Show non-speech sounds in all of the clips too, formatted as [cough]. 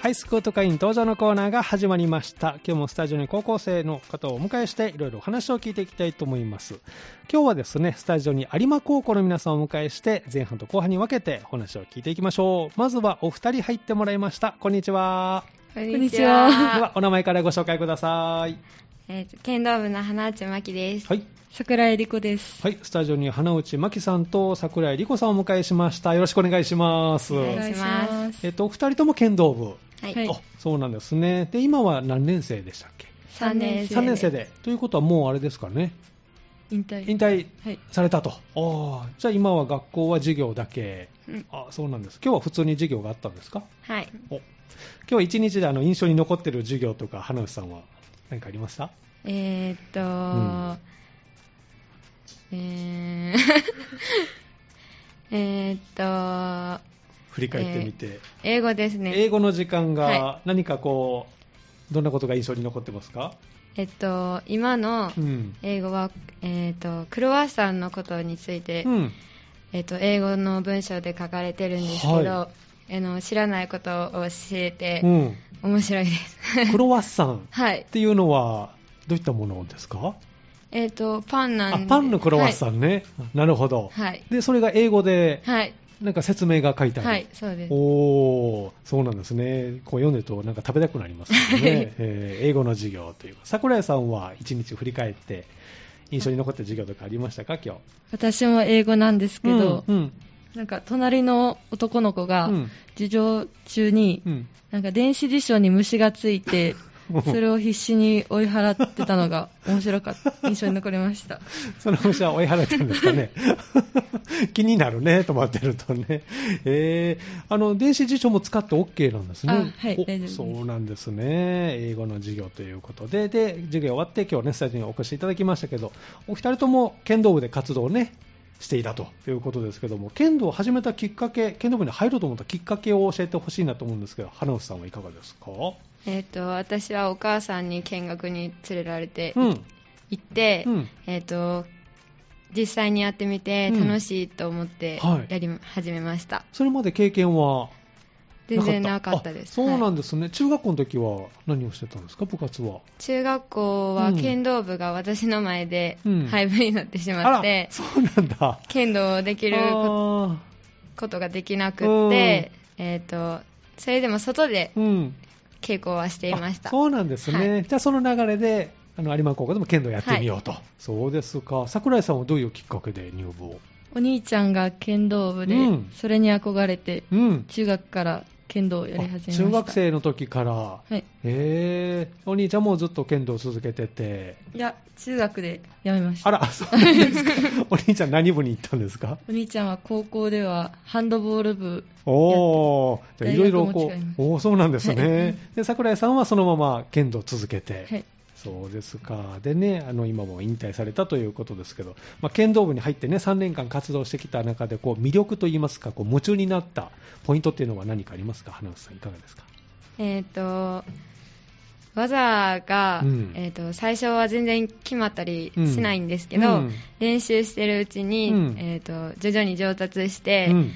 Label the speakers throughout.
Speaker 1: はい、スクート会員登場のコーナーが始まりました。今日もスタジオに高校生の方をお迎えして、いろいろお話を聞いていきたいと思います。今日はですね、スタジオに有馬高校の皆さんをお迎えして、前半と後半に分けてお話を聞いていきましょう。まずはお二人入ってもらいました。こんにちは。
Speaker 2: こ
Speaker 3: んにちは
Speaker 1: では、お名前からご紹介ください。
Speaker 2: えっ、と、剣道部の花内真希です。
Speaker 1: はい。
Speaker 3: 桜井理子です。
Speaker 1: はい、スタジオに花内真希さんと桜井理子さんをお迎えしました。よろしくお願いします。
Speaker 2: お願いします
Speaker 3: お願いし
Speaker 1: えっと、お二人とも剣道部。
Speaker 2: はい。
Speaker 3: はい
Speaker 1: あ、そうなんですね。で、今は何年生でしたっけ
Speaker 2: 3年生。
Speaker 1: ?3 年生。で。ということはもうあれですかね。
Speaker 3: 引退。
Speaker 1: 引退
Speaker 3: はい。
Speaker 1: されたと。ああ、じゃあ今は学校は授業だけ。
Speaker 2: うん
Speaker 1: あ、そうなんです。今日は普通に授業があったんですか
Speaker 2: はい。
Speaker 1: お、今日は一日であの印象に残ってる授業とか、花内さんは何かありました
Speaker 2: えっ、と、
Speaker 1: ん
Speaker 2: [laughs] えー、えっと、
Speaker 1: 振り返ってみて。
Speaker 2: 英語ですね。
Speaker 1: 英語の時間が
Speaker 2: は
Speaker 1: 何かこう、どんなことが印象に残ってますか、
Speaker 2: えっ、と、今の
Speaker 1: うん
Speaker 2: 英語は、えっ、と、クロワッサンのことについて、
Speaker 1: うん
Speaker 2: えっ、と、英語の文章で書かれてるんですけど、
Speaker 1: は
Speaker 2: あの知らないことを教えて、
Speaker 1: うん、
Speaker 2: 面白いです。 [laughs]
Speaker 1: クロワッサン
Speaker 2: はい
Speaker 1: っ。ていうのはどういったものですか
Speaker 2: えっ、と、パンな
Speaker 1: あ
Speaker 2: んで。
Speaker 1: パンのクロワッ
Speaker 2: ン。
Speaker 1: サンね、なるほど、
Speaker 2: はい。
Speaker 1: でそれが英語で
Speaker 2: はい。
Speaker 1: なんか説明が書いてある、
Speaker 2: はい、そうです。
Speaker 1: おーそうなんですねこう読んでるとなんか食べたくなりますよね、えー英語の授業というか桜井さんは一日振り返って印象に残った授業とかありましたか今日
Speaker 3: 私も英語なんですけど、
Speaker 1: うん
Speaker 3: なんか隣の男の子が
Speaker 1: う、ん
Speaker 3: 授業中に、
Speaker 1: うん
Speaker 3: なんか電子辞書に虫がつい
Speaker 1: [laughs]
Speaker 3: て、それを必死に追い払ってたのが面白かった、印象に残り
Speaker 1: [laughs]
Speaker 3: ました。
Speaker 1: その虫は追い払ってるんですか
Speaker 3: [laughs]
Speaker 1: ね。気になるね、止まってるとね。えー、あの、電子辞書も使って OK なんですね。
Speaker 3: あはい
Speaker 1: お
Speaker 3: 大丈夫です
Speaker 1: そうなんですね。英語の授業ということで、で、授業終わって今日ね、スタジオにお越しいただきましたけど、お二人とも剣道部で活動をね、していたということですけども、剣道を始めたきっかけ、剣道部に入ろうと思ったきっかけを教えてほしいなと思うんですけど、花内さんはいかがですか
Speaker 2: えっ、と、私はお母さんに見学に連れられて
Speaker 1: うん。
Speaker 2: 行って、
Speaker 1: うん。
Speaker 2: えっ、と、実際にやってみて
Speaker 1: うん
Speaker 2: 楽しいと思って
Speaker 1: はい
Speaker 2: やり、始めました。
Speaker 1: それまで経験は
Speaker 2: 全然なかったです。
Speaker 1: あそうな
Speaker 2: はい
Speaker 1: んですね、中学校の時は何をしてたんですか、部活は。
Speaker 2: 中学
Speaker 1: う
Speaker 2: 校は
Speaker 1: ん
Speaker 2: 剣道部が私の前で
Speaker 1: うん
Speaker 2: 廃部になってしま
Speaker 1: あ
Speaker 2: って
Speaker 1: ら、、そうなんだ。
Speaker 2: 剣道をできるこ
Speaker 1: あ
Speaker 2: ことができなくって、えっ、と、それでも外で
Speaker 1: ーうん。
Speaker 2: 稽古はしていまし
Speaker 1: あ
Speaker 2: た。
Speaker 1: そうなんですね。
Speaker 2: は
Speaker 1: じゃあその流れで、あの有馬高校でも剣道やってみようと。そうですか。桜井さんはどういうきっかけで入部を。
Speaker 3: お兄ちゃんが剣道部で
Speaker 1: うん、
Speaker 3: それに憧れて、
Speaker 1: うん。
Speaker 3: 中学から剣道をやり始めました。
Speaker 1: 中学生の時から。
Speaker 3: はい。
Speaker 1: えー、お兄ちゃんもずっと剣道を続けてて。
Speaker 3: いや、中学でやめました
Speaker 1: あ。ら、そうなん
Speaker 2: [laughs]
Speaker 1: ですか。お兄ちゃん何部に行ったんですか
Speaker 3: お兄ちゃんは高校ではハンドボール部
Speaker 1: おー、じゃあいろいろ
Speaker 3: 大
Speaker 1: こ
Speaker 3: 学も違います
Speaker 1: う、おーそうなんですね。で、桜井さんはそのまま剣道を続けて、
Speaker 3: はい
Speaker 1: そうですか。でね、あの、今も引退されたということですけど、まあ、剣道部に入ってね、3年間活動してきた中で、こう、魅力といいますか、こう、夢中になったポイントっていうのは何かありますか花内さん、いかがですか
Speaker 2: えっ、と、技が、
Speaker 1: うん
Speaker 2: えー、と最初は全然決まったりしないんですけど、
Speaker 1: うん
Speaker 2: 練習してるうちに、
Speaker 1: うん
Speaker 2: えー、と徐々に上達し
Speaker 1: う
Speaker 2: て
Speaker 1: ん。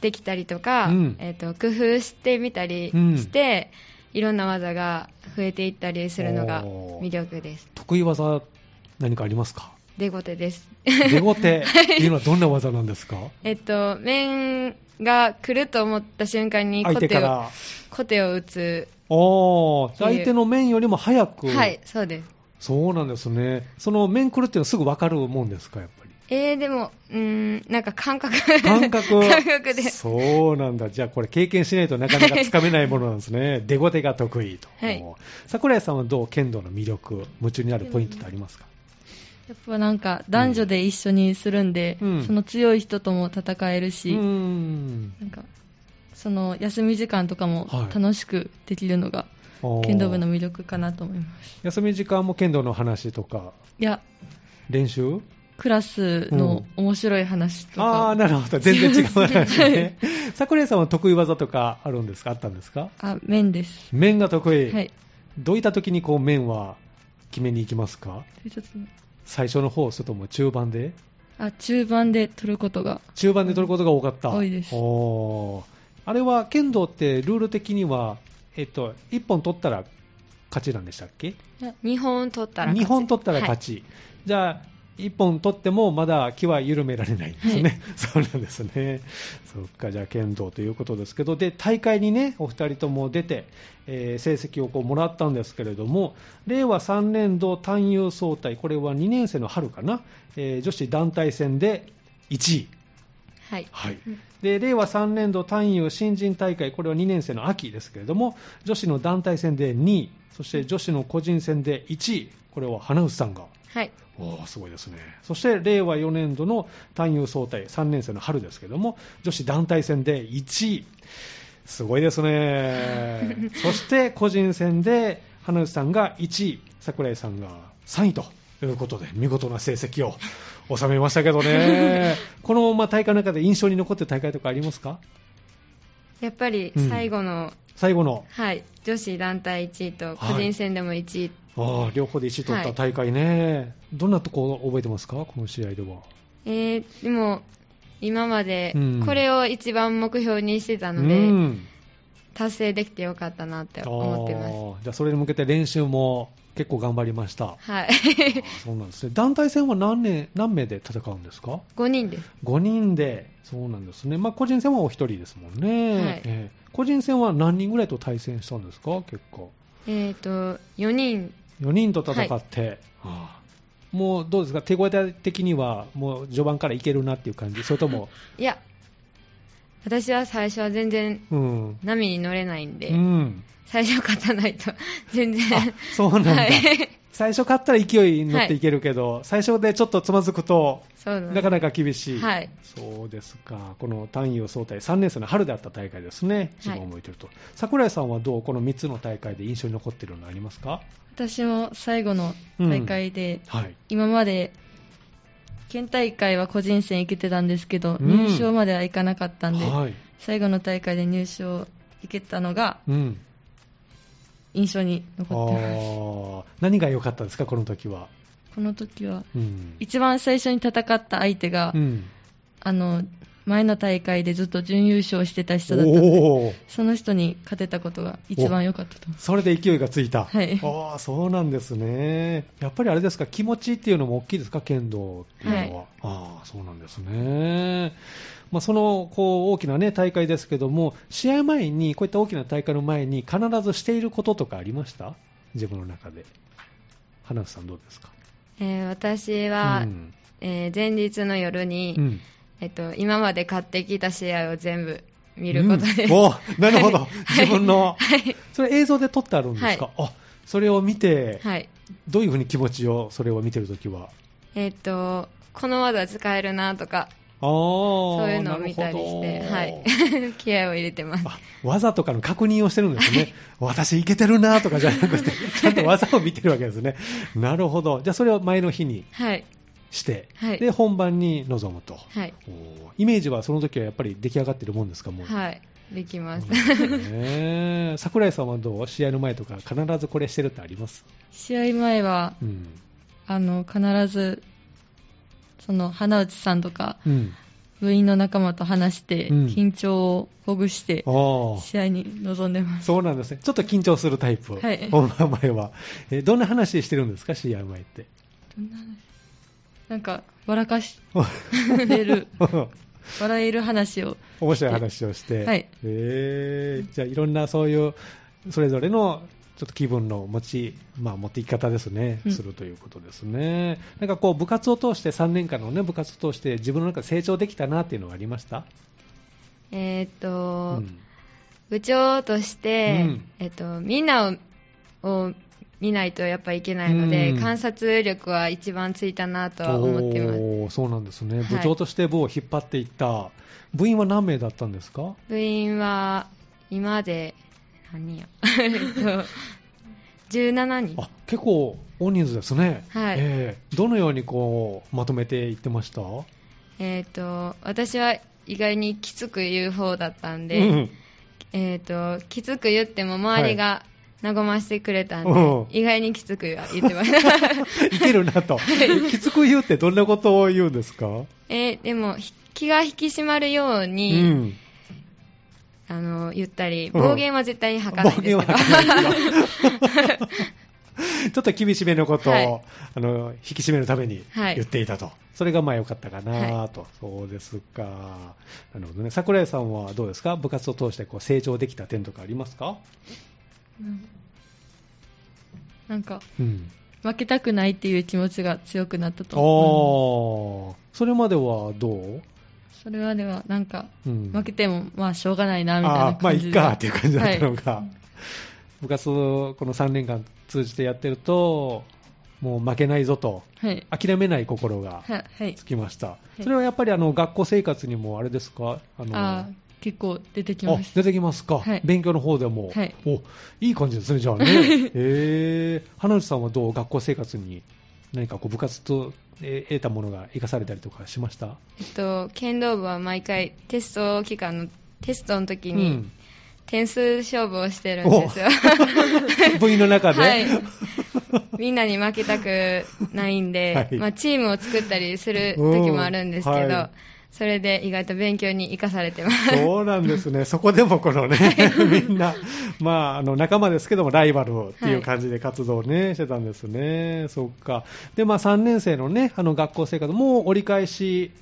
Speaker 2: できたりとか、
Speaker 1: うん
Speaker 2: えー、と工夫してみたりして、いろんな技が増えていったりするのが
Speaker 1: おー
Speaker 2: 魅力です。
Speaker 1: 得意技、何かあります
Speaker 3: [laughs]
Speaker 1: か
Speaker 2: 出ごてです。
Speaker 1: 出ゴテっていうのはどんな技なん
Speaker 3: [laughs]
Speaker 1: ですか
Speaker 2: えっ、と、面が来ると思った瞬間に
Speaker 1: 相
Speaker 2: コ
Speaker 1: 手か
Speaker 2: テを
Speaker 1: ら。
Speaker 2: コテを打つ。
Speaker 1: おー、相手の面よりも早く。
Speaker 2: はい、そうです。
Speaker 1: そうなんですね。その面来るっていうのはすぐ分かるもんですか、やっぱり。
Speaker 3: [laughs]
Speaker 2: えー、でも、うーん、なんか感覚。
Speaker 1: 感覚
Speaker 2: 感覚で。
Speaker 1: そうなんだ。じゃあこれ経験しないとなかなかつかめないものなんですね。出ご手が得意と。
Speaker 2: はい
Speaker 1: 桜井さんはどう剣道の魅力、夢中になるポイントってありますか
Speaker 3: やっぱなんか男女で一緒にするんで、
Speaker 1: うん
Speaker 3: その強い人とも戦える
Speaker 1: う
Speaker 3: し、
Speaker 1: ーん。
Speaker 3: なんかその休み時間とかも
Speaker 1: はい
Speaker 3: 楽しくできるのが
Speaker 1: おー
Speaker 3: 剣道部の魅力かなと思います
Speaker 1: 休み時間も剣道の話とか、
Speaker 3: いや
Speaker 1: 練習
Speaker 3: クラスの面白い話と
Speaker 1: あ
Speaker 3: か、
Speaker 1: あー、なるほど。全然違う話
Speaker 3: [laughs]
Speaker 1: ね。桜井さんは得意技とかあるんですかあったんですか
Speaker 3: あ面です
Speaker 1: 面が得意。
Speaker 3: はい
Speaker 1: どういった時にこう面は決めに行きますか
Speaker 3: 一つ目
Speaker 1: 最初の方、それとも中盤で
Speaker 3: あ中盤で取ることが
Speaker 1: 中盤で取ることが多かった。
Speaker 3: 多いです
Speaker 1: おーあれは剣道ってルール的にはえっと、1本取ったら勝ちなんでしたっけ
Speaker 2: 2本取ったら勝ち
Speaker 1: 2本取ったら勝ち、じゃあ1本取ってもまだ気は緩められないんですね、 [laughs] そうなんですねそうかじゃあ剣道ということですけどで大会にねお二人とも出て、えー成績をこうもらったんですけれども令和3年度単優総体これは2年生の春かな、えー女子団体戦で1位
Speaker 2: はい、
Speaker 1: はい、で令和3年度単位新人大会、これは2年生の秋ですけれども、女子の団体戦で2位、そして女子の個人戦で1位、これは花内さんが、
Speaker 2: はい、
Speaker 1: おーすごいですね、そして令和4年度の単位総体、3年生の春ですけれども、女子団体戦で1位、すごいです [laughs] ね、そして個人戦で花内さんが1位、櫻井さんが3位と。いうことで見事な成績を収めましたけど [laughs] ね、このまあ大会の中で印象に残ってる大会とかありますか
Speaker 2: やっぱり
Speaker 1: うん
Speaker 2: 最後の、
Speaker 1: 最後の、
Speaker 2: はい、女子団体1位と
Speaker 1: はい
Speaker 2: 個人戦でも1位、
Speaker 1: あー両方で1位取った大会ね、どんなとこ覚えてますか、この試合では。
Speaker 2: えーでも今まで
Speaker 1: うん
Speaker 2: これを一番目標にしてたので、
Speaker 1: うん
Speaker 2: 達成できてよかったなって思ってます。
Speaker 1: あーじゃあ、それに向けて練習も結構頑張りま
Speaker 2: [laughs]
Speaker 1: した。
Speaker 2: はい、
Speaker 1: あーそうなんですね団体戦は何年何名で戦うんですか
Speaker 2: 5人です。
Speaker 1: 5人で、そうなんですね、まあ、個人戦はお一人ですもんね、
Speaker 2: はい
Speaker 1: えー個人戦は何人ぐらいと対戦したんですか、結構。
Speaker 2: えっ、と、4人、
Speaker 1: 4人と戦って、はあもうどうですか、手応え的には、もう序盤からいけるなっていう感じ、それと
Speaker 2: [laughs]
Speaker 1: も、
Speaker 2: いや、私は最初は全然
Speaker 1: うん、
Speaker 2: 波に乗れないんで、
Speaker 1: うん、
Speaker 2: 最初勝たないと [laughs] 全然、
Speaker 1: あそうなんだ、
Speaker 2: はい、 [laughs]
Speaker 1: 最初勝ったら勢いに乗っていけるけど、最初でちょっとつまずくと、
Speaker 2: そうなん
Speaker 1: な
Speaker 2: で
Speaker 1: かなか厳しい、
Speaker 2: はい
Speaker 1: そうですか、この単位を総体、3年生の春であった大会ですね、一番
Speaker 2: はい
Speaker 1: 覚えてると、桜井さんはどう、この3つの大会で印象に残ってるのありますか、
Speaker 3: 私も最後の大会で、
Speaker 1: はい、
Speaker 3: 今まで県大会は個人戦行けてたんですけど、
Speaker 1: うん
Speaker 3: 入賞まではいかなかったんで、
Speaker 1: はい、
Speaker 3: 最後の大会で入賞行けたのが
Speaker 1: うん、
Speaker 3: 印象に
Speaker 1: あ
Speaker 3: 残ってます。
Speaker 1: ー何が良かったですか、この時は。
Speaker 3: この時は
Speaker 1: うん
Speaker 3: 一番最初に戦った相手が、
Speaker 1: うん
Speaker 3: あの前の大会でずっと準優勝してた人だったんで
Speaker 1: おー
Speaker 3: その人に勝てたことが一番良かったと思います
Speaker 1: それで勢いがついた、
Speaker 3: はい
Speaker 1: あーそうなんですね、やっぱりあれですか、気持ちっていうのも大きいですか、剣道っていうのは、あーそうなんですね、まあ、そのこう大きな、ね、大会ですけども、試合前に、こういった大きな大会の前に、必ずしていることとかありました、自分の中で、花内さん、どうですか。
Speaker 2: えー私は、
Speaker 1: うん
Speaker 2: えー前日の夜に、
Speaker 1: うん
Speaker 2: えっと、今まで買ってきた試合を全部見ることです、
Speaker 1: うんおーなるほど、自分の、
Speaker 2: [laughs] はい
Speaker 1: それ映像で撮ってあるんですか、あそれを見て、
Speaker 2: はい
Speaker 1: どういうふうに気持ちを、それを見てるときは。
Speaker 2: えっとこの技使えるなとか [laughs]
Speaker 1: あー
Speaker 2: そういうのを見たりして、は
Speaker 1: なる
Speaker 2: い
Speaker 1: ほど、
Speaker 2: 気合を入れてます
Speaker 1: あ技とかの確認をしてるんですね、私、いけてるなとかじゃなく
Speaker 2: [laughs]
Speaker 1: て、ちゃんと技を見てるわけですね、なるほど、じゃあそれを前の日に
Speaker 2: はい
Speaker 1: して、
Speaker 2: はい
Speaker 1: で本番に臨むと、
Speaker 2: はい
Speaker 1: おーイメージはその時はやっぱり出来上がってるもんですか、もう。
Speaker 2: はいできます、
Speaker 1: そうですね桜井さんはどう試合の前とか必ずこれしてるってあります、
Speaker 3: 試合前は
Speaker 1: うん
Speaker 3: あの必ずその花内さんとか
Speaker 1: うん、
Speaker 3: 部員の仲間と話して、
Speaker 1: うん
Speaker 3: 緊張をほぐして
Speaker 1: あー
Speaker 3: 試合に臨んでます
Speaker 1: そうなんですね。ちょっと緊張するタイプ。
Speaker 3: はい
Speaker 1: 本番前は。えーどんな話してるんですか、試合前って。
Speaker 3: どんな話なんか笑かし
Speaker 1: [laughs]
Speaker 3: れる笑える話を
Speaker 1: 面白い話をして。
Speaker 3: はい
Speaker 1: えーじゃあ、いろんなそういう、それぞれの、ちょっと気分の持ち、まあ、持っていき方ですね、
Speaker 3: うん
Speaker 1: するということですね。なんかこう、部活を通して、3年間のね、部活を通して、自分の中で成長できたなっていうのはありました
Speaker 2: えーっ
Speaker 1: う
Speaker 2: と、
Speaker 1: ん。
Speaker 2: 部長として、
Speaker 1: うん
Speaker 2: えっとみんなをを見ないとやっぱいけないので、
Speaker 1: うん
Speaker 2: 観察力は一番ついたなとは思ってます
Speaker 1: おーそうなんですね。
Speaker 2: はい
Speaker 1: 部長として部を引っ張っていった、部員は何名だったんですか
Speaker 2: 部員は今まで
Speaker 1: [laughs]
Speaker 2: 何やえっと17人
Speaker 1: あ結構大人数ですね、
Speaker 2: はい
Speaker 1: ええどのようにこうまとめていってました
Speaker 2: えっ、と私は意外にきつく言う方だったん
Speaker 1: う
Speaker 2: で、
Speaker 1: ん
Speaker 2: えっ、ときつく言っても周りが和ましてくれたんで、
Speaker 1: うん
Speaker 2: 意外にきつく言って
Speaker 1: [laughs]
Speaker 2: ました、
Speaker 1: いけるなと、きつく言うってどんなことを言うんですか、
Speaker 2: えーでもひ気が引き締まるよう
Speaker 1: う
Speaker 2: に、
Speaker 1: ん
Speaker 2: あの言ったり
Speaker 1: うん
Speaker 2: 暴言は絶対吐かないんですけど、
Speaker 1: 暴言は吐かない
Speaker 2: [laughs]
Speaker 1: ですよちょっと厳しめのことを、
Speaker 2: はい
Speaker 1: あの引き締めるために
Speaker 2: はい
Speaker 1: 言っていたと、それがまあ良かったかなと、そうですか、なるほどね、桜井さんはどうですか、部活を通してこう成長できた点とかありますか、
Speaker 3: うんなんか、
Speaker 1: うん、
Speaker 3: 負けたくないっていう気持ちが強くなったと
Speaker 1: ああ
Speaker 3: 思
Speaker 1: ー、それまではどう、
Speaker 3: うそれはでは、なんか、
Speaker 1: うん
Speaker 3: 負けても、まあ、しょうがないな、みたいな
Speaker 1: あーまあ
Speaker 3: 感
Speaker 1: い
Speaker 3: じ
Speaker 1: っ
Speaker 3: で。
Speaker 1: かっていう感じだったの
Speaker 3: はい
Speaker 1: が、部活をこの3年間通じてやってると、もう負けないぞと、
Speaker 3: はい。
Speaker 1: 諦めない心が
Speaker 3: ははい
Speaker 1: つ。きました、
Speaker 3: い
Speaker 1: それはやっぱりあの学校生活にもあれですか、あの
Speaker 3: あー結構出てき
Speaker 1: あ
Speaker 3: まし
Speaker 1: 出てきますか、
Speaker 3: はい
Speaker 1: 勉強の方でも、
Speaker 3: はい
Speaker 1: おいい感じですね、じゃ [laughs] あね、へえ花内さんはどう、学校生活に何かこう部活とえー得たものが生かされたりとかしました
Speaker 2: えっと、剣道部は毎回テスト期間のテストの時
Speaker 1: う
Speaker 2: に
Speaker 1: ん [laughs]
Speaker 2: 点数勝負をしてるんですよ、
Speaker 1: 部員の中で、
Speaker 2: [laughs] はい、みんなに負けたくないんで、
Speaker 1: [laughs] はい
Speaker 2: まあ、チームを作ったりする時もあるんですけ
Speaker 1: うん
Speaker 2: ど、
Speaker 1: はい
Speaker 2: それで意外と勉強に生かされてます。 [laughs]
Speaker 1: そうなんですね、そこでもこのね、みんな、まあ、あの仲間ですけども、ライバルっていう感じで活動をね、してたんですね、そっか、で、まあ、3年生のね、あの学校生活、もう折り返し、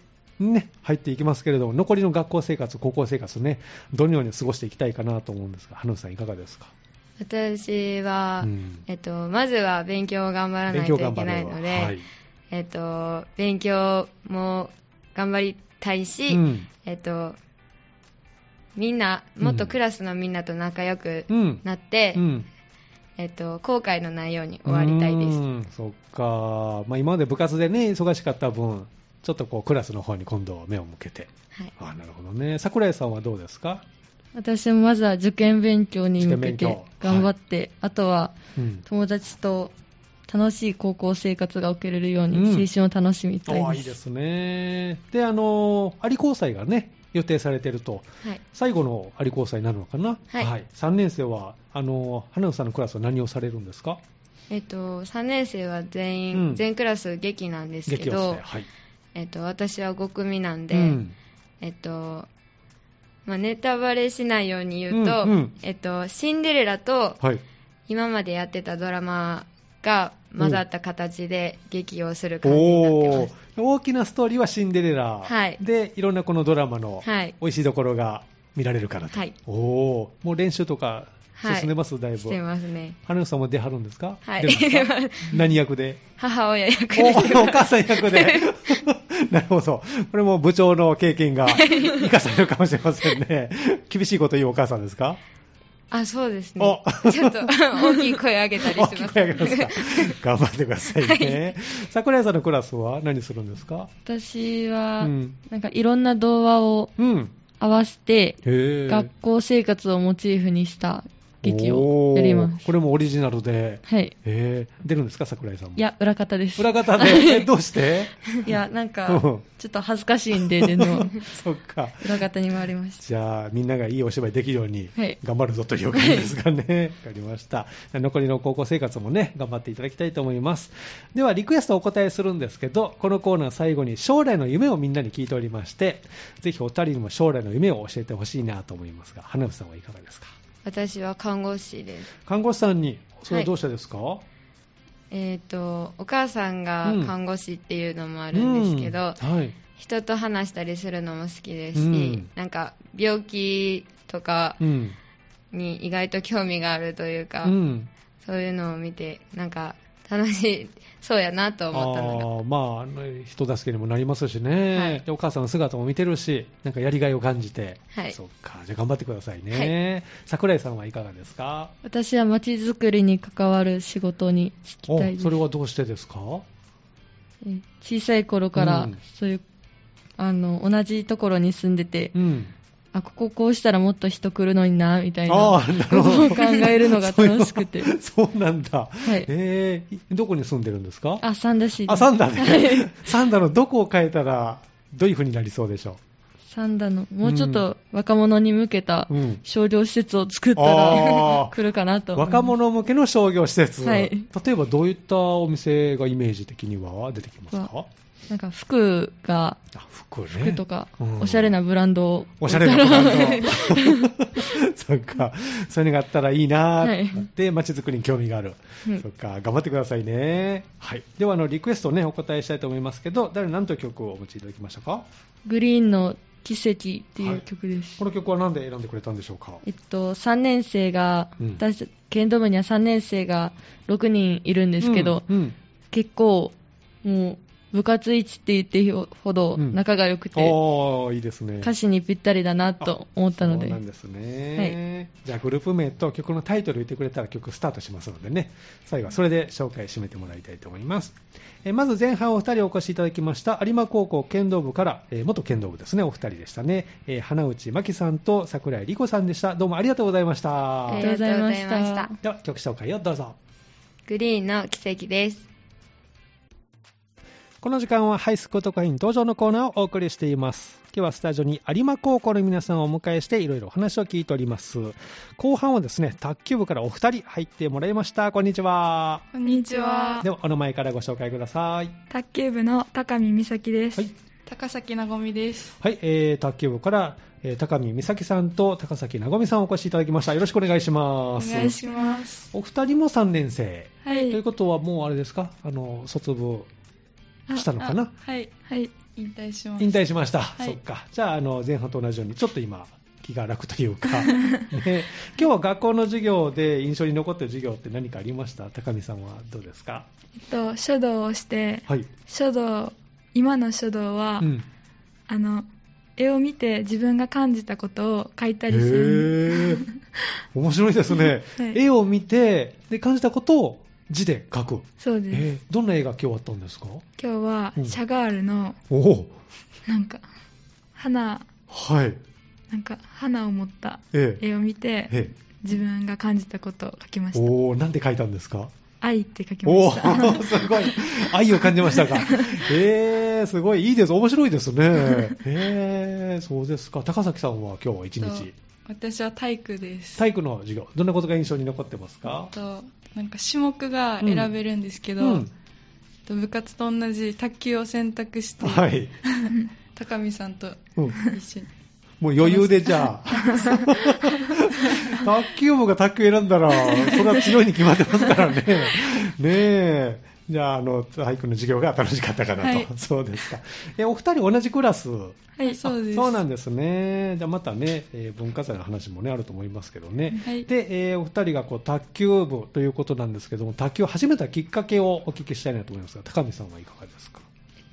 Speaker 1: ね、入っていきますけれども、残りの学校生活、高校生活ね、どのように過ごしていきたいかなと思うんですが、花内さん、いかがですか。
Speaker 2: 私は、
Speaker 1: うん
Speaker 2: えっと、まずは勉強を頑張らないといけないので、
Speaker 1: はい
Speaker 2: えっと、勉強も頑張りたいし、
Speaker 1: うん
Speaker 2: えっと、みんな、もっとクラスのみんなと仲良く
Speaker 1: うん
Speaker 2: なって、
Speaker 1: うん
Speaker 2: えっと、後悔のないように終わりたいで
Speaker 1: う
Speaker 2: す。
Speaker 1: んそっか、まあ、今まで部活でね、忙しかった分、ちょっとこうクラスの方に今度は目を向けて、
Speaker 2: はい、
Speaker 1: あなるほどね、桜井さんはどうですか、
Speaker 3: 私もまずは受験勉強に向け
Speaker 1: 受験勉
Speaker 3: て
Speaker 1: 強
Speaker 3: 頑張って、あとは
Speaker 1: うん、
Speaker 3: 友達と楽しい高校生活が送れるように
Speaker 1: うん
Speaker 3: 青春を楽しみたいです。
Speaker 1: あいいですね、であの有交際がね、予定されてると、
Speaker 2: はい
Speaker 1: 最後の有交際になるのかな、
Speaker 2: はい
Speaker 1: 3年生はあの花野さんのクラスは何をされるんですか、
Speaker 2: えっと、3年生は全員、
Speaker 1: うん
Speaker 2: 全クラス劇なんですけ
Speaker 1: 劇をし
Speaker 2: ど
Speaker 1: て、、はい
Speaker 2: えっと、私は5組なんで、
Speaker 1: うん
Speaker 2: えっと、まあ、ネタバレしないように言うと、
Speaker 1: うんうん
Speaker 2: えっと、シンデレラと
Speaker 1: はい、
Speaker 2: 今までやってたドラマが混ざった形で劇をする感じになってます。
Speaker 1: ー大きなストーリーはシンデレラ、
Speaker 2: はい
Speaker 1: でいろんなこのドラマの
Speaker 2: はい
Speaker 1: 美味しいところが見られるからと、
Speaker 2: はい
Speaker 1: おーもう練習とか
Speaker 2: はい
Speaker 1: 進んでます、だい
Speaker 2: して
Speaker 1: ぶ。
Speaker 2: ますね。
Speaker 1: 花野さんも出はるんですか、
Speaker 2: はい
Speaker 1: 出ますか
Speaker 2: 出ま [laughs]
Speaker 1: 何役で
Speaker 2: 母親役で
Speaker 1: おお母さん役で。 [laughs] なるほど。これも部長の経験が生かされるかもしれませんね。厳しいこと言うお母さんですか
Speaker 2: あ、そうですね
Speaker 1: お。
Speaker 2: ちょっと [laughs] 大きい声上げたり
Speaker 1: 大
Speaker 2: し
Speaker 1: きい
Speaker 2: ます。
Speaker 1: 声上げますか頑張ってくださいね。桜井さんのクラスは何するんですか
Speaker 3: 私は、
Speaker 1: うん
Speaker 3: なんかいろんな童話を
Speaker 1: うん。
Speaker 3: 合わせて、
Speaker 1: へえ。
Speaker 3: 学校生活をモチーフにした劇をやりま
Speaker 1: おー
Speaker 3: す。
Speaker 1: これもオリジナルで。
Speaker 3: はい。
Speaker 1: へえ。出るんですか桜井さんも。
Speaker 3: い。や、裏方です。
Speaker 1: 裏方で。えどうして
Speaker 3: [laughs] いや、なん
Speaker 1: う
Speaker 3: か
Speaker 1: ん、
Speaker 3: ちょっと恥ずかしいんで、で
Speaker 1: [laughs]
Speaker 3: も、
Speaker 1: そっか。
Speaker 3: 裏方に回りました。
Speaker 1: じゃあ、みんながいいお芝居できるように
Speaker 3: はい、
Speaker 1: 頑張るぞという感じですかね。わかりました。残りの高校生活もね、頑張っていただきたいと思います。では、リクエストをお答えするんですけど、このコーナー最後に将来の夢をみんなに聞いておりまして、ぜひお二人にも将来の夢を教えてほしいなと思いますが、花火さんはいかがですか
Speaker 2: 私は看護師です。
Speaker 1: 看護師さんに、それはどうしてですか、
Speaker 2: えっ、と、お母さんが
Speaker 1: うん
Speaker 2: 看護師っていうのもあるんですけど、
Speaker 1: うんはい。
Speaker 2: 人と話したりするのも好きですし、
Speaker 1: うん
Speaker 2: なんか病気とか
Speaker 1: うん。
Speaker 2: に意外と興味があるというか、
Speaker 1: うん。
Speaker 2: そういうのを見て、なんか楽しい、そうやなと思ったのが、
Speaker 1: あーまああの、人助けにもなりますしね、
Speaker 2: はい
Speaker 1: でお母さんの姿も見てるし、なんかやりがいを感じて、
Speaker 2: はい
Speaker 1: そっか、じゃあ頑張ってくださいね、桜井さんはいかがですか
Speaker 3: 私は街づくりに関わる仕事に就きたい
Speaker 1: お
Speaker 3: です
Speaker 1: それはどうしてですか
Speaker 3: え小さい頃か
Speaker 1: う
Speaker 3: ら
Speaker 1: ん
Speaker 3: そういう、あの同じところに住んでて、
Speaker 1: うん、
Speaker 3: あこここうしたらもっと人来るのになみたいな
Speaker 1: あ
Speaker 3: こ
Speaker 1: ーな
Speaker 3: と
Speaker 1: る [laughs]
Speaker 3: を
Speaker 1: ほど
Speaker 3: [laughs] 考えるのが楽しくて
Speaker 1: [laughs] そうなんだ、
Speaker 3: はい
Speaker 1: えーいどこに住んでるんですか
Speaker 3: あ三田市
Speaker 1: あサンダで、サンダのどこを変えたら、どういう風になりそうでしょ
Speaker 3: 三田のもうちょっと若者に向けた
Speaker 1: うん
Speaker 3: 商業施設を作った
Speaker 1: あ
Speaker 3: ら、
Speaker 1: ー
Speaker 3: [laughs] 来るかな
Speaker 1: う、
Speaker 3: と
Speaker 1: 若者向けの商業施設、
Speaker 3: はい
Speaker 1: 例えばどういったお店がイメージ的には出てきますか、
Speaker 3: なんか服が、
Speaker 1: あ服ね
Speaker 3: 服とか
Speaker 1: うん、
Speaker 3: おしゃれなブランドを。
Speaker 1: おしゃれなブランド [laughs] そっかそういうのがあったらいいな
Speaker 3: はい
Speaker 1: ーって街づくりに興味がある、
Speaker 3: うん
Speaker 1: そっか頑張ってくださいね、はい、ではあのリクエストをねお答えしたいと思いますけど誰何という曲をお持ちいただきましたか
Speaker 3: グリーンの奇跡っていう曲です。
Speaker 1: この曲は何で選んでくれたんでしょうか
Speaker 3: えっと、3年生が、
Speaker 1: うん
Speaker 3: 私、剣道部には3年生が6人いるんですけど、
Speaker 1: うんうん
Speaker 3: 結構、もう、部活一って言っていいほど
Speaker 1: うん
Speaker 3: 仲が良くて、
Speaker 1: おーいいですね
Speaker 3: 歌詞にぴったりだなと思ったので、
Speaker 1: そうなんですね、じゃあグループ名と曲のタイトル言ってくれたら曲スタートしますのでね最後はそれで紹介締めてもらいたいと思います、えーまず前半お二人お越しいただきました有馬高校剣道部から、えー元剣道部ですねお二人でしたね、えー花内真紀さんと桜井理子さんでしたどうもありがとうございました、
Speaker 2: あ
Speaker 3: あ
Speaker 2: りが
Speaker 3: りが
Speaker 2: とう
Speaker 3: とう
Speaker 2: ご
Speaker 3: ご
Speaker 2: ざい
Speaker 3: ざ
Speaker 2: ま
Speaker 3: いま
Speaker 2: し
Speaker 3: したた。
Speaker 1: では曲紹介をどうぞ
Speaker 2: グリーンの奇跡です。
Speaker 1: この時間はハイスクート会員登場のコーナーをお送りしています。今日はスタジオに有馬高校の皆さんをお迎えしていろいろお話を聞いております。後半はですね、卓球部からお二人入ってもらいました。こんにちは。
Speaker 4: こんにちは
Speaker 1: で。は、お名前からご紹介ください。
Speaker 4: 卓球部の高見美咲です。
Speaker 1: はい
Speaker 4: 高崎なごみです。
Speaker 1: はい、えー、卓球部から、えー高見美咲さんと高崎なごみさんをお越しいただきました。よろしくお願いし
Speaker 4: お
Speaker 1: ます。
Speaker 4: 願いします。
Speaker 1: お二人も3年生。と
Speaker 4: は
Speaker 1: い。
Speaker 4: いう
Speaker 1: ことはもうあれですかあの、卒部したのかな
Speaker 4: ああはい。はい。引退します。
Speaker 1: 引退しました、
Speaker 4: い
Speaker 1: そっかじゃああの前半と同じようにちょっと今気が楽とい
Speaker 5: [laughs]
Speaker 1: うか、ね、今日は学校の授業で印象に残ってる授業って何かありました高見さんはどうですか
Speaker 5: えっと、書道をして、
Speaker 1: はい、
Speaker 5: 書道、今の書道は、
Speaker 1: うん、
Speaker 5: あの、絵を見て自分が感じたことを書いたりする。
Speaker 1: へえ [laughs] 面白いですね、
Speaker 5: はい
Speaker 1: 絵を見てで感じたことを字で書く、
Speaker 5: そうです。
Speaker 1: えーどんな絵が今日あったんですか
Speaker 5: 今日は、
Speaker 1: うん
Speaker 5: シャガールの、
Speaker 1: おお
Speaker 5: なんか、花、
Speaker 1: はい
Speaker 5: なんか、花を持った
Speaker 1: ええ
Speaker 5: 絵を見て、
Speaker 1: え
Speaker 5: 自分が感じたことを書きま
Speaker 1: え
Speaker 5: した。
Speaker 1: おおなんて書いたんですか
Speaker 5: 愛って書きま
Speaker 1: おお
Speaker 5: し
Speaker 1: ー [laughs] すごい愛を感じ
Speaker 5: [laughs]
Speaker 1: ましたかえー、すごいいいです面白いですねえー、そうですか高崎さんは今日は一
Speaker 4: そう
Speaker 1: 日
Speaker 4: 私は体育です。
Speaker 1: 体育の授業どんなことが印象に残ってますか
Speaker 4: となんか種目が選べるんですけど、
Speaker 1: うん
Speaker 4: と部活と同じ卓球を選択して、
Speaker 1: はい、
Speaker 4: 高見さんと
Speaker 1: うん、
Speaker 4: 一緒に。
Speaker 1: もう余裕でじ
Speaker 4: [laughs]
Speaker 1: ゃあ卓球部が卓球選んだらそれは強いに決まってますから
Speaker 4: [laughs]
Speaker 1: ねねえじゃああの体育の授業が楽しかったかなと、
Speaker 4: はい
Speaker 1: そうですかえお二人同じクラス
Speaker 4: [laughs] はい、そうです。
Speaker 1: そうなんですね。じゃあまたね、えー文化祭の話もね、あると思いますけどね。
Speaker 4: はい
Speaker 1: で、えーお二人がこう卓球部ということなんですけども、卓球を始めたきっかけをお聞きしたいなと思いますが、高見さんはいかがですか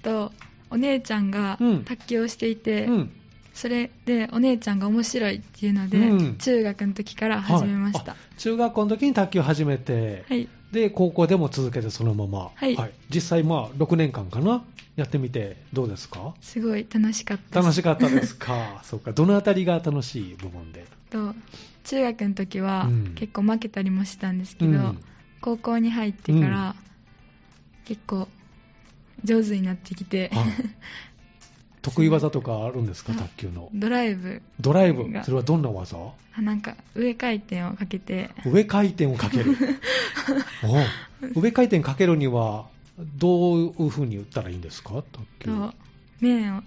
Speaker 5: た。と、お姉ちゃんが
Speaker 1: うん
Speaker 5: 卓球をしていて、
Speaker 1: うん。
Speaker 5: それでお姉ちゃんが面白いっていうので、
Speaker 1: うん
Speaker 5: 中学の時から始めまし
Speaker 1: はい
Speaker 5: た。
Speaker 1: あ中学校の時に卓球を始めて、
Speaker 5: はい。
Speaker 1: で、高校でも続けてそのまま。
Speaker 5: はい
Speaker 1: 実際まあ、6年間かな、やってみてどうですか
Speaker 5: すごい楽しかったです
Speaker 1: 楽しかったです
Speaker 5: [laughs]
Speaker 1: かそうか。どのあたりが楽しい部門で
Speaker 5: と中学の時は
Speaker 1: うん
Speaker 5: 結構負けたりもしたんですけど、
Speaker 1: うん
Speaker 5: 高校に入ってか
Speaker 1: うん
Speaker 5: ら結構上手になってきて、
Speaker 1: あ得意技とかあるんですか、
Speaker 5: [laughs] あ
Speaker 1: 卓球の。
Speaker 5: ドライブ
Speaker 1: ドライブ
Speaker 5: が
Speaker 1: それはどんな技
Speaker 5: あなんか上回転をかけて
Speaker 1: 上回転をか
Speaker 5: [laughs]
Speaker 1: けるおう上回転かけるにはどういうふうに打ったらいいんですか卓球
Speaker 5: と面を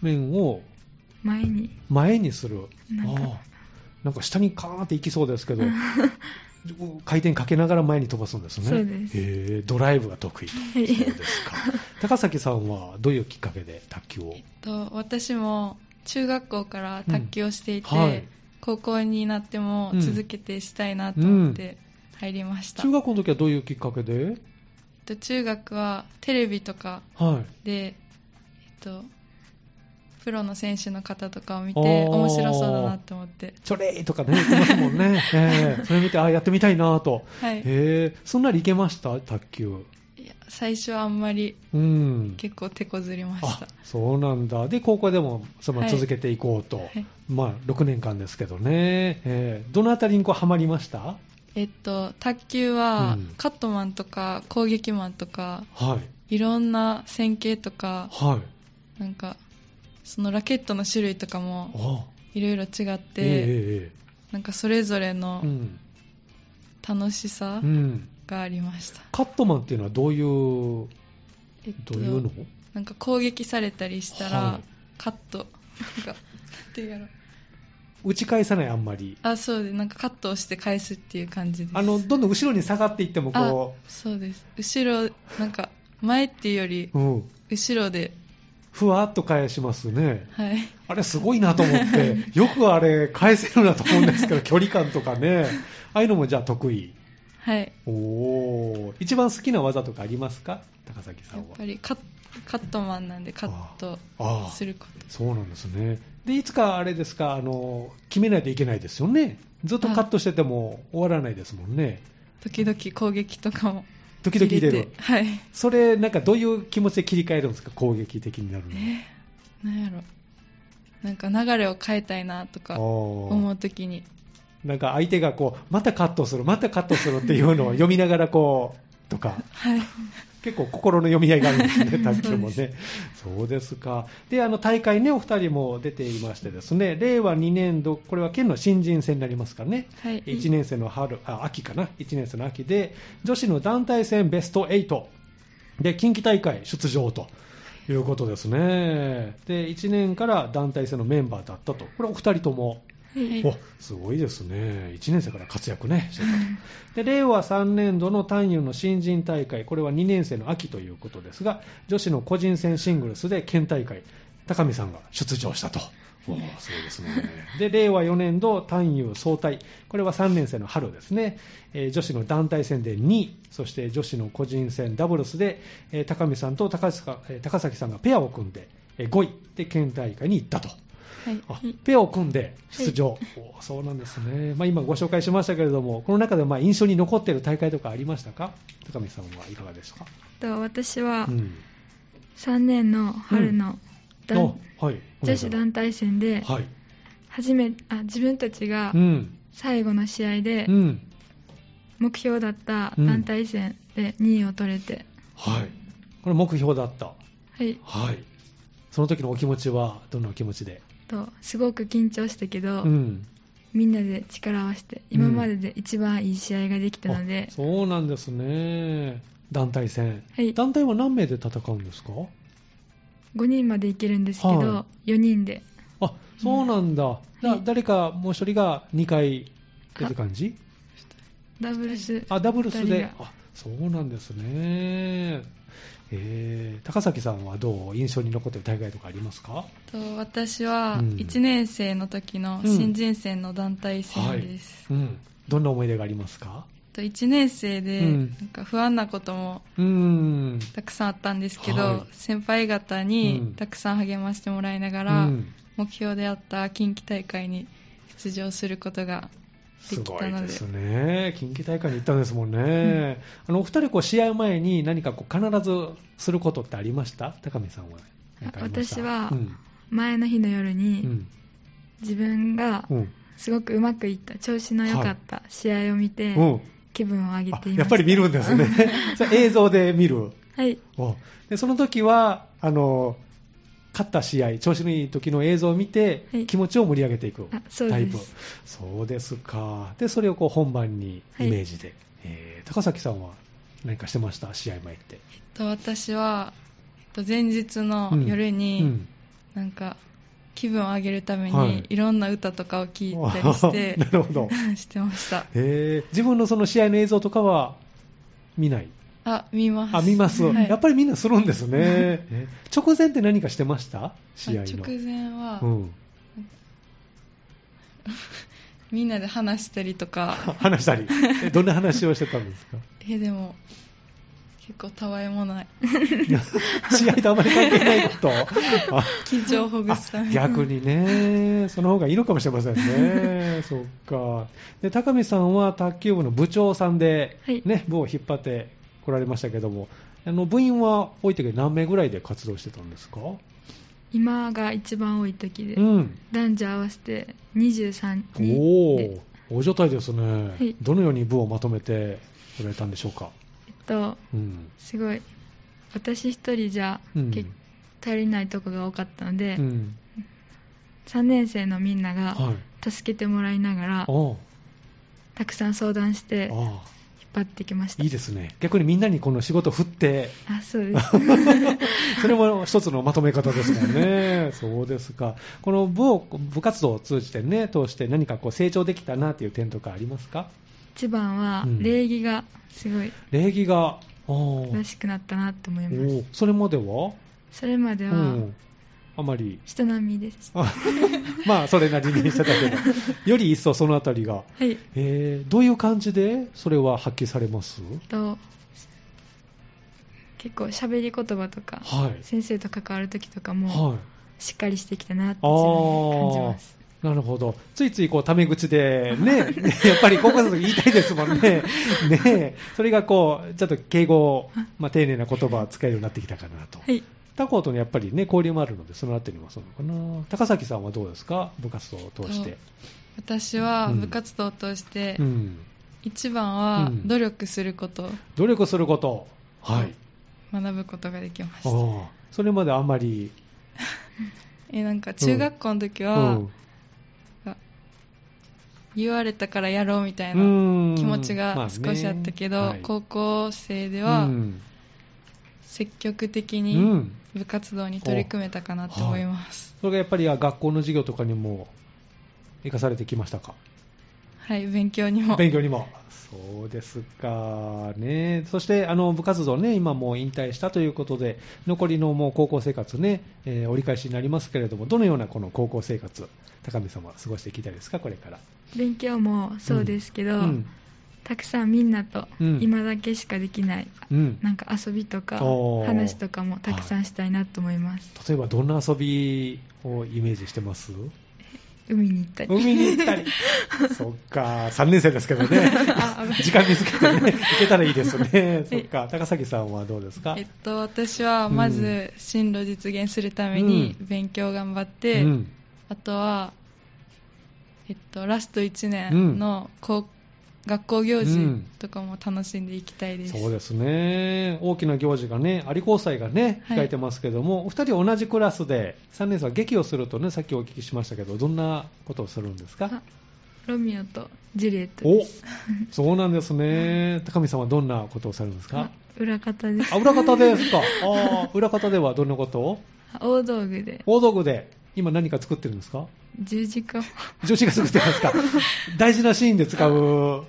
Speaker 1: 面を
Speaker 5: 前に
Speaker 1: 前にする
Speaker 5: なんか
Speaker 1: ああなんか下にカーンっていきそうです
Speaker 5: [laughs]
Speaker 1: けど回転かけながら前に飛ばすんですね
Speaker 5: そうです
Speaker 1: へえドライブが得意と
Speaker 5: はい
Speaker 1: そうです
Speaker 5: [laughs]
Speaker 1: か高崎さんはどういうきっかけで卓球を
Speaker 4: と私も中学校から卓球をしていて、
Speaker 1: うんはい
Speaker 4: 高校になっても
Speaker 1: うん
Speaker 4: 続けてしたいなと思って入りました、
Speaker 1: 中学校の時はどういうきっかけで
Speaker 4: と中学はテレビとか
Speaker 1: はい
Speaker 4: で、えっと、プロの選手の方とかを見て
Speaker 1: あー
Speaker 4: 面白そうだなと思って
Speaker 1: チョレイとかね、言ってますも
Speaker 5: [laughs]
Speaker 1: んね。ええそれ見て、あやってみたいなと。
Speaker 4: はい
Speaker 1: ええそんなにいけました卓球。
Speaker 4: いや最初はあんまり
Speaker 1: うん。
Speaker 4: 結構手こずりまし
Speaker 1: あ
Speaker 4: た、
Speaker 1: そうなんだ。で、高校でも、その
Speaker 4: はい
Speaker 1: 続けていこうと。
Speaker 4: はい
Speaker 1: まあ、6年間ですけどね。ええどのあたりにこう、ハマりました
Speaker 4: えっと卓球は
Speaker 1: うん
Speaker 4: カットマンとか攻撃マンとか
Speaker 1: はい。
Speaker 4: いろんな線形とか
Speaker 1: はい。
Speaker 4: なんかそのラケットの種類とか
Speaker 1: あ
Speaker 4: も
Speaker 1: あ
Speaker 4: いろいろ違っ
Speaker 1: ええ
Speaker 4: て、
Speaker 1: えええ
Speaker 4: なんかそれぞれの
Speaker 1: えうん。
Speaker 4: 楽しさ
Speaker 1: うん。
Speaker 4: がありました、
Speaker 1: カットマンっていうのはどういう、
Speaker 4: えっ
Speaker 1: どういうの
Speaker 4: ななんか攻撃されたりしたら、
Speaker 1: はい
Speaker 4: カットなんかなんていうやろ
Speaker 1: 打ち返さない、あんまり。
Speaker 4: あそうですなんかカットをして返すっていう感じです
Speaker 1: あの、どんどん後ろに下がっていっても、
Speaker 4: あ
Speaker 1: こ
Speaker 4: そうです後ろなんか前っていうより
Speaker 1: う、うん、
Speaker 4: 後ろで
Speaker 1: ふわっと返しますね。
Speaker 4: はい
Speaker 1: あれすごいなと思
Speaker 4: [laughs]
Speaker 1: って、よくあれ返せるなと思うんですけど、距離感とかね。ああいうのもじゃあ得意。
Speaker 4: はい
Speaker 1: おお、一番好きな技とかありますか高崎さ
Speaker 4: やっ
Speaker 1: んは
Speaker 4: ぱ。りカッカットマンなんでカット
Speaker 1: ああ、
Speaker 4: すること
Speaker 1: そうなんですね。で、いつかあれですか、あの、決めないといけないですよね。ずっとカットしてても終わらないですもんね。
Speaker 4: 時々攻撃とかも
Speaker 1: 時々入れ
Speaker 4: て
Speaker 1: る。
Speaker 4: はい
Speaker 1: それ、なんかどういう気持ちで切り替えるんですか攻撃的になるの。
Speaker 4: なんやろなんか流れを変えたいなとか思
Speaker 1: 思
Speaker 4: うときに
Speaker 1: なんか相手がこう、またカットする、またカットするっていうのを読みながらこう、とか。
Speaker 4: はい
Speaker 1: 結構心の読み合いがあるんですね、 [laughs] 卓球も
Speaker 4: そ
Speaker 1: ね。そうですか。で、あの大会ね、お二人も出ていましてですね、令和2年度、これは県の新人戦になりますからね。
Speaker 4: はい
Speaker 1: 1年生の春、あ、秋かな。1年生の秋で、女子の団体戦ベスト8で、近畿大会出場と。いうことですね。で、1年から団体戦のメンバーだったと。これお二人ともおすごいですね、1年生から活躍
Speaker 4: [laughs]
Speaker 1: ね、してたとで令和3年度の単優の新人大会、これは2年生の秋ということですが、女子の個人戦シングルスで県大会、高見さんが出場したと。おーすごいですね。で、令和4年度単優総体、これは3年生の春ですね、えー女子の団体戦で2位、そして女子の個人戦ダブルスで、えー高見さんと高坂えー高崎さんがペアを組んで、えー5位で県大会に行ったと。
Speaker 4: はい
Speaker 1: あペアを組んで出場、おそうなんですね、まあ、今ご紹介しましたけれども、この中でまあ印象に残っている大会とかありましたか、高見さんはいかがでしたか。
Speaker 5: と私は
Speaker 1: うん
Speaker 5: 3年の春の団
Speaker 1: あはい、
Speaker 5: 女子団体戦で
Speaker 1: はい、
Speaker 5: 初めあ自分たちが
Speaker 1: うん、
Speaker 5: 最後の試合で
Speaker 1: うん、
Speaker 5: 目標だった団体戦で2位を取れて、
Speaker 1: はい、これ目標だった、
Speaker 5: はい、
Speaker 1: はい、その時のお気持ちはどんなお気持ちで、
Speaker 5: とすごく緊張したけど、
Speaker 1: うん、
Speaker 5: みんなで力を合わせて今までで一番いい試合ができたので
Speaker 1: あ、そうなんですね、団体戦、
Speaker 5: はい
Speaker 1: 団体は何名で戦うんですか。
Speaker 5: 5人までいけるんですけど、
Speaker 1: は
Speaker 5: 4人で
Speaker 1: あそうなんだ、だ誰かもう一人が2回出る感じ
Speaker 5: ダブルス
Speaker 1: あダブルス
Speaker 5: 二人
Speaker 1: で
Speaker 5: が、
Speaker 1: あそうなんですね、えー高崎さんはどう、印象に残ってる大会とかありますか
Speaker 4: と私は
Speaker 1: うん
Speaker 4: 1年生の時の新人戦の団体戦です、
Speaker 1: うん、どんな思い出がありますか
Speaker 4: と1年生で
Speaker 1: うん
Speaker 4: なんか不安なことも
Speaker 1: うーん、
Speaker 4: たくさんあったんですけど、
Speaker 1: はい
Speaker 4: 先輩方
Speaker 1: うん
Speaker 4: にたくさん励ましてもらいながら、
Speaker 1: うん
Speaker 4: 目標であった近畿大会に出場することがですき
Speaker 1: ご
Speaker 4: た
Speaker 1: い
Speaker 4: の
Speaker 1: で
Speaker 4: です
Speaker 1: ね、近畿大会に行ったんですもんね、あのお二人こう、試合前に何かこう必ずすることってありました、高見さんは。なんかありました
Speaker 5: 私は
Speaker 1: うん
Speaker 5: 前の日の夜
Speaker 1: う
Speaker 5: に
Speaker 1: ん
Speaker 5: 自分が
Speaker 1: うん
Speaker 5: すごくうまくいった調子の良かった試合を見て
Speaker 1: うん
Speaker 5: 気分を上げ
Speaker 1: あ
Speaker 5: ていました
Speaker 1: やっぱり見るんですね。 [laughs] それ映像で見る。
Speaker 5: はい
Speaker 1: おでその時はあの勝った試合、調子のいい時の映像を見て、
Speaker 5: はい
Speaker 1: 気持ちを盛り上げていく
Speaker 5: あそうです
Speaker 1: タイプ。そうですか。で、それをこう本番にイ
Speaker 5: はい
Speaker 1: メージで、えー高崎さんは何かしてました試合前って。
Speaker 4: と私はえっと前日の夜に、
Speaker 1: うん
Speaker 4: なんか気分を上げるために、
Speaker 1: はい
Speaker 4: い、ろんな歌とかを聴いたりして
Speaker 1: [laughs] なるほど。
Speaker 4: [laughs] してました
Speaker 1: えー自分のその試合の映像とかは見ない
Speaker 4: あ見ます
Speaker 1: あ、見ます、
Speaker 4: はい
Speaker 1: やっぱりみんなするんですね。え直前って何かしてました試合の。
Speaker 4: 直前は、
Speaker 1: うん、 [laughs]
Speaker 4: みんなで話したりと
Speaker 1: [laughs]
Speaker 4: か
Speaker 1: 話したり、えどんな話をしてたんですか
Speaker 4: えでも結構たわいもない
Speaker 1: [laughs] 試合とあまり関係な
Speaker 5: [laughs]
Speaker 1: いこと、あ
Speaker 4: 緊張をほぐすために
Speaker 1: 逆にね、その方がいいのかもしれません
Speaker 5: [laughs]
Speaker 1: ね、そっか、で高見さんは卓球部の部長さんで、
Speaker 5: はい
Speaker 1: ね、部を引っ張ってこられましたけども、あの部員は多い時何名ぐらいで活動してたんですか、
Speaker 5: 今が一番多い時で、
Speaker 1: うん、
Speaker 5: 男女合わせて23
Speaker 1: お
Speaker 5: 人で
Speaker 1: ー大所帯ですね、
Speaker 5: い
Speaker 1: どのように部をまとめてくれたんでしょうか。
Speaker 5: えっと
Speaker 1: うん
Speaker 5: すごい私一人じゃ、
Speaker 1: うん
Speaker 5: け頼りないとこが多かったので、
Speaker 1: うん
Speaker 5: 3年生のみんなが
Speaker 1: はい
Speaker 5: 助けてもらいながら
Speaker 1: おう
Speaker 5: たくさん相談して引っ
Speaker 1: ああ
Speaker 5: 張ってきました。
Speaker 1: いいですね。逆にみんなにこの仕事振って、
Speaker 5: あ、そうです。
Speaker 1: [laughs] それも一つのまとめ方ですもんね。そうですか。この部を部活動を通じてね、通して何かこう成長できたなっていう点とかありますか
Speaker 5: 一番は
Speaker 1: うん
Speaker 5: 礼儀がすごい
Speaker 1: 礼儀が、おー
Speaker 5: らしくなったなと思い
Speaker 1: お
Speaker 5: ます。
Speaker 1: ーそれまでは
Speaker 5: それまで
Speaker 1: う
Speaker 5: は
Speaker 1: んあまり、 [laughs]
Speaker 5: 人並みです。
Speaker 1: あまあそれなりにしてたけど、より一層そのあたりが、
Speaker 5: はい。
Speaker 1: えーどういう感じでそれは発揮されます
Speaker 5: と結構喋り言葉とか、
Speaker 1: はい。
Speaker 5: 先生と関わる時とかも
Speaker 1: はい。
Speaker 5: しっかりしてきたなって
Speaker 1: あ
Speaker 5: 自分で感じ
Speaker 1: ー
Speaker 5: ます。
Speaker 1: なるほど。ついついこう、タメ口で、ね、や [laughs] っぱり高校生の時言いたいですもん
Speaker 5: [laughs]
Speaker 1: ね。ねそれがこう、ちょっと敬語、まあ、丁寧な言葉を使えるようになってきたかなと。
Speaker 5: はい。
Speaker 1: 他校とのやっぱりね、交流もあるので、そのあたりもそうなのかな。高崎さんはどうですか部活動を通して。
Speaker 4: 私は
Speaker 1: うん
Speaker 4: 部活動を通して、
Speaker 1: うん。
Speaker 4: 一番は
Speaker 1: うん
Speaker 4: 努力することを
Speaker 1: 努力すること。はい。
Speaker 4: 学ぶことができまし
Speaker 1: あ
Speaker 4: た、
Speaker 1: あ。それまであんまり。
Speaker 4: えなんか中学校の時は、言われたからやろうみたいな気
Speaker 1: 気
Speaker 4: 持ちが少しあったけど、高校生では積極的
Speaker 1: う
Speaker 4: に
Speaker 1: ん
Speaker 4: 部活動に取り組めたかなと思います、
Speaker 1: それがやっぱり学校の授業とかにも生かされてきましたか
Speaker 4: はい勉強にも
Speaker 1: 勉強にも。そうですかね。そして、あの、部活動ね、今もう引退したということで、残りのもう高校生活ね、えー折り返しになりますけれども、どのようなこの高校生活、高見さんは過ごしていきたいですか、これから。
Speaker 5: 勉強もそうですけ
Speaker 1: う
Speaker 5: ど、
Speaker 1: ん。
Speaker 5: たくさんみんなと
Speaker 1: うん
Speaker 5: 今だけしかできない、
Speaker 1: うん。
Speaker 5: なんか遊びとか
Speaker 1: おー
Speaker 5: 話とかもたくさんしたいなと思います。
Speaker 1: 例えば、どんな遊びをイメージしてます
Speaker 5: 海に行ったり。
Speaker 1: 海に行った
Speaker 5: [laughs]
Speaker 1: り。そっか、3年生ですけどね。時間見つけて
Speaker 5: [laughs]
Speaker 1: ね、行けたらいいですね。そっか、高崎さんはどうですか
Speaker 4: えっと、私はまず進路実現するために
Speaker 1: う
Speaker 4: 勉強頑張って、
Speaker 1: うん
Speaker 4: あとは、えっと、ラスト1年の高、学校行事とかも楽しんでいきたいです、
Speaker 1: そうですね、大きな行事がね、有効祭がね、
Speaker 4: はい
Speaker 1: 控えてますけども、お二人は同じクラスで、3年生は劇をするとね、さっきお聞きしましたけど、どんなことをするんですか
Speaker 5: あロミオとジュリエット
Speaker 1: お
Speaker 5: です。
Speaker 1: そうなんですね、高見さんはどんなことをされるんですか
Speaker 5: あ裏方です
Speaker 1: あ、。裏方ですか。あー裏方ではどんなことを
Speaker 5: 大道具で
Speaker 1: 大道具で、今何か作ってるんですか
Speaker 5: 十字架を。
Speaker 1: 女子が作ってますか大事なシーンで使う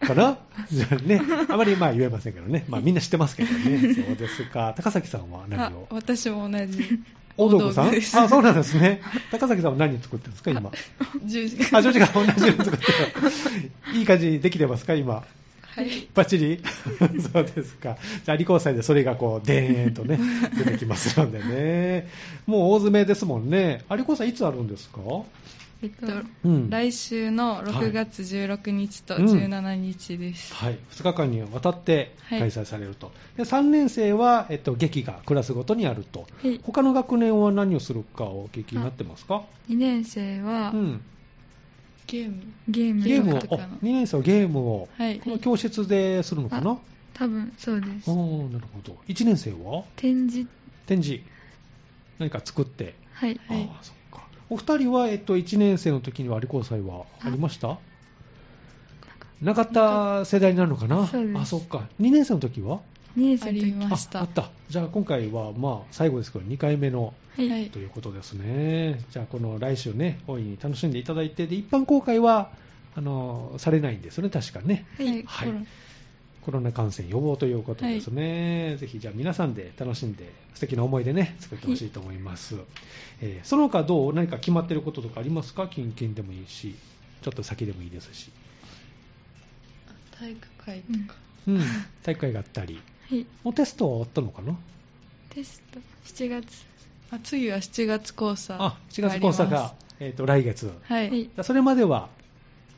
Speaker 1: かなじゃあね、あまりまあ言えませんけどね、まあみんな知ってますけどね、そうですか。高崎さんは
Speaker 4: あ
Speaker 1: 何を
Speaker 4: 私も同じ
Speaker 1: [laughs] 大道具さん
Speaker 4: 大道具です
Speaker 1: あ、そうなんですね。高崎さんは何作ってるんですか、今。
Speaker 4: 十字架
Speaker 1: あ、女子が同じの作ってる。いい感じにできてますか、今。
Speaker 4: はい
Speaker 1: バッチリそうですか。じゃあ、理工祭でそれがこう、でーんとね、出てきますのでね。もう大詰めですもんね。有効祭いつあるんですか
Speaker 5: えっと
Speaker 4: えっと、
Speaker 1: うん
Speaker 4: 来週の6月16日と17日です、
Speaker 1: はい、2日間にわたって
Speaker 4: はい
Speaker 1: 開催されると、で3年生は、えっと、劇がクラスごとにあると、
Speaker 5: はい
Speaker 1: 他の学年は何をするかお聞きになってますか、
Speaker 5: 2年生は
Speaker 1: うん、
Speaker 4: ゲーム
Speaker 5: ゲーム
Speaker 1: ゲーム
Speaker 5: と
Speaker 1: をあ
Speaker 5: か
Speaker 4: かな
Speaker 1: 2年生はゲームを、
Speaker 4: はい
Speaker 1: この教室でするのかな、
Speaker 5: あ多分そうです
Speaker 1: あーなるほど1年生は
Speaker 5: 展示
Speaker 1: 展示何か作って、
Speaker 5: はい、
Speaker 1: ああそっかお二人は、えっと、1年生の時には有効祭はありましたなかった世代になるのかな
Speaker 5: そうです
Speaker 1: あそっか2年生の時は
Speaker 5: 2年
Speaker 4: あ
Speaker 5: 生の
Speaker 4: り
Speaker 5: 時
Speaker 4: まし
Speaker 1: ああ
Speaker 4: た
Speaker 1: ったじゃあ今回はまあ最後ですけど2回目の
Speaker 5: はい、
Speaker 4: はい
Speaker 1: ということですねじゃあこの来週ね大いに楽しんでいただいてで一般公開はあのされないんですよね確かね
Speaker 4: はい、
Speaker 1: はいコロナ感染予防ということですね、ぜひじゃあ皆さんで楽しんで素敵な思い出ね作ってほしいと思います、えーその他どう何か決まってることとかありますか近々でもいいしちょっと先でもいいですし、
Speaker 4: 体育会
Speaker 5: う
Speaker 4: と
Speaker 5: ん
Speaker 4: か、 [laughs]
Speaker 1: うん、大会があったり
Speaker 5: はい、
Speaker 1: もうテストは終わったのかな
Speaker 5: テスト7月
Speaker 4: あ次は7月交差
Speaker 1: あ4月交差が、えー、と来月
Speaker 4: はい、
Speaker 5: はい
Speaker 1: それまでは、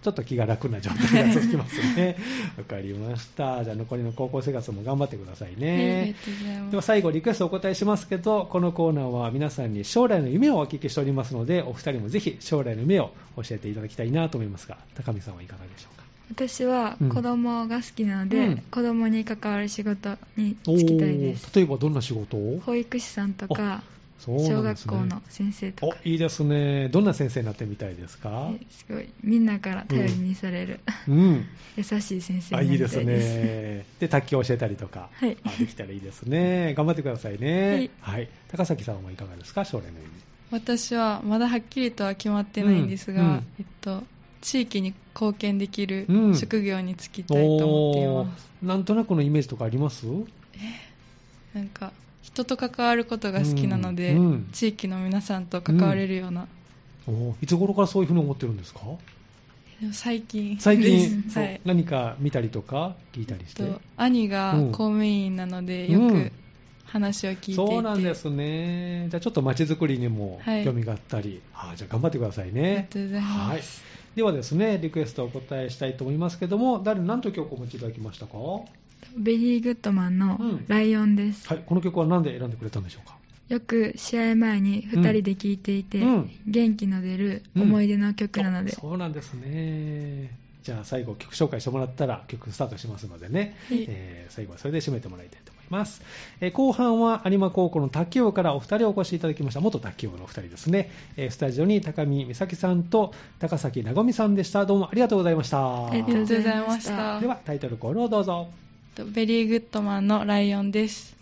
Speaker 1: ちょっと気が楽な状態が続きます
Speaker 4: [laughs]
Speaker 1: ね。わかりました。じゃあ残りの高校生活も頑張ってください
Speaker 4: はいあり
Speaker 1: ね
Speaker 4: が。とうございます
Speaker 1: では最後リクエストお答えしますけど、このコーナーは皆さんに将来の夢をお聞きしておりますので、お二人もぜひ将来の夢を教えていただきたいなと思いますが、高見さんはいかがでしょうか。
Speaker 5: 私は子供が好きなので、
Speaker 1: うん
Speaker 5: 子供に関わる仕事に就きたいです
Speaker 1: おー例えばどんな仕事を
Speaker 5: 保育士さんとか
Speaker 1: そうなんですね
Speaker 5: 小学校の先生と
Speaker 1: お
Speaker 5: か、
Speaker 1: いいですね。どんな先生になってみたいですか
Speaker 5: えすごいみんなから頼りにされる、
Speaker 1: うん。
Speaker 5: 優しい先生
Speaker 1: あ、
Speaker 5: に
Speaker 1: い
Speaker 5: ないり
Speaker 1: で
Speaker 5: た
Speaker 1: す
Speaker 5: いです
Speaker 1: ね。 [laughs] で、卓球を教えたりとか、
Speaker 5: はい
Speaker 1: あできたらいいですね。 [laughs] 頑張ってくださいね。はい。高崎さんはいかがですか将来の夢。
Speaker 4: 私はまだはっきりとは決まってないんですが、
Speaker 1: うんうん
Speaker 4: えっと、地域に貢献できる
Speaker 1: うん
Speaker 4: 職業に就きたいと思っています、
Speaker 1: おーなんとなくのイメージとかあります
Speaker 4: なんか人と関わることが好きなので、
Speaker 1: うんうん
Speaker 4: 地域の皆さんと関われるような、
Speaker 1: おーいつ頃からそういうふうに思ってるんですか
Speaker 4: でも最近
Speaker 1: 最近、
Speaker 4: です
Speaker 1: そう
Speaker 4: はい
Speaker 1: 何か見たりとか聞いたりして、
Speaker 4: と兄が
Speaker 1: うん
Speaker 4: 公務員なので、
Speaker 1: うん
Speaker 4: よく話を聞いていて
Speaker 1: そうなんですねじゃあちょっと街づくりにも
Speaker 4: はい
Speaker 1: 興味があったり、あーじゃあ頑張ってください
Speaker 4: ありが
Speaker 1: ね
Speaker 4: とうございます、
Speaker 1: はいではですねリクエストをお答えしたいと思いますけども誰何という曲をお持ちいただきましたかは
Speaker 5: ベリーグッドマンの
Speaker 1: うん
Speaker 5: 「ライオン」です、
Speaker 1: いこの曲は何で選んでくれたんでしょうか
Speaker 5: よく試合前に2人で聴いていて、
Speaker 1: うん
Speaker 5: 元気の出る思い出の曲なので、
Speaker 1: あそうなんですねじゃあ最後曲紹介してもらったら曲スタートしますのでね、えー最後はそれで締めてもらいたいと思います、えー後半は有馬高校の卓球部からお二人お越しいただきました元卓球部のお二人ですね、えースタジオに高見美咲さんと高崎なごみさんでしたどうもありがとうございました
Speaker 5: あり
Speaker 4: ありがとうございま
Speaker 5: ありがとうございました
Speaker 4: した
Speaker 1: ではタイトルコールをどうぞ
Speaker 4: ベリーグッドマンのライオンです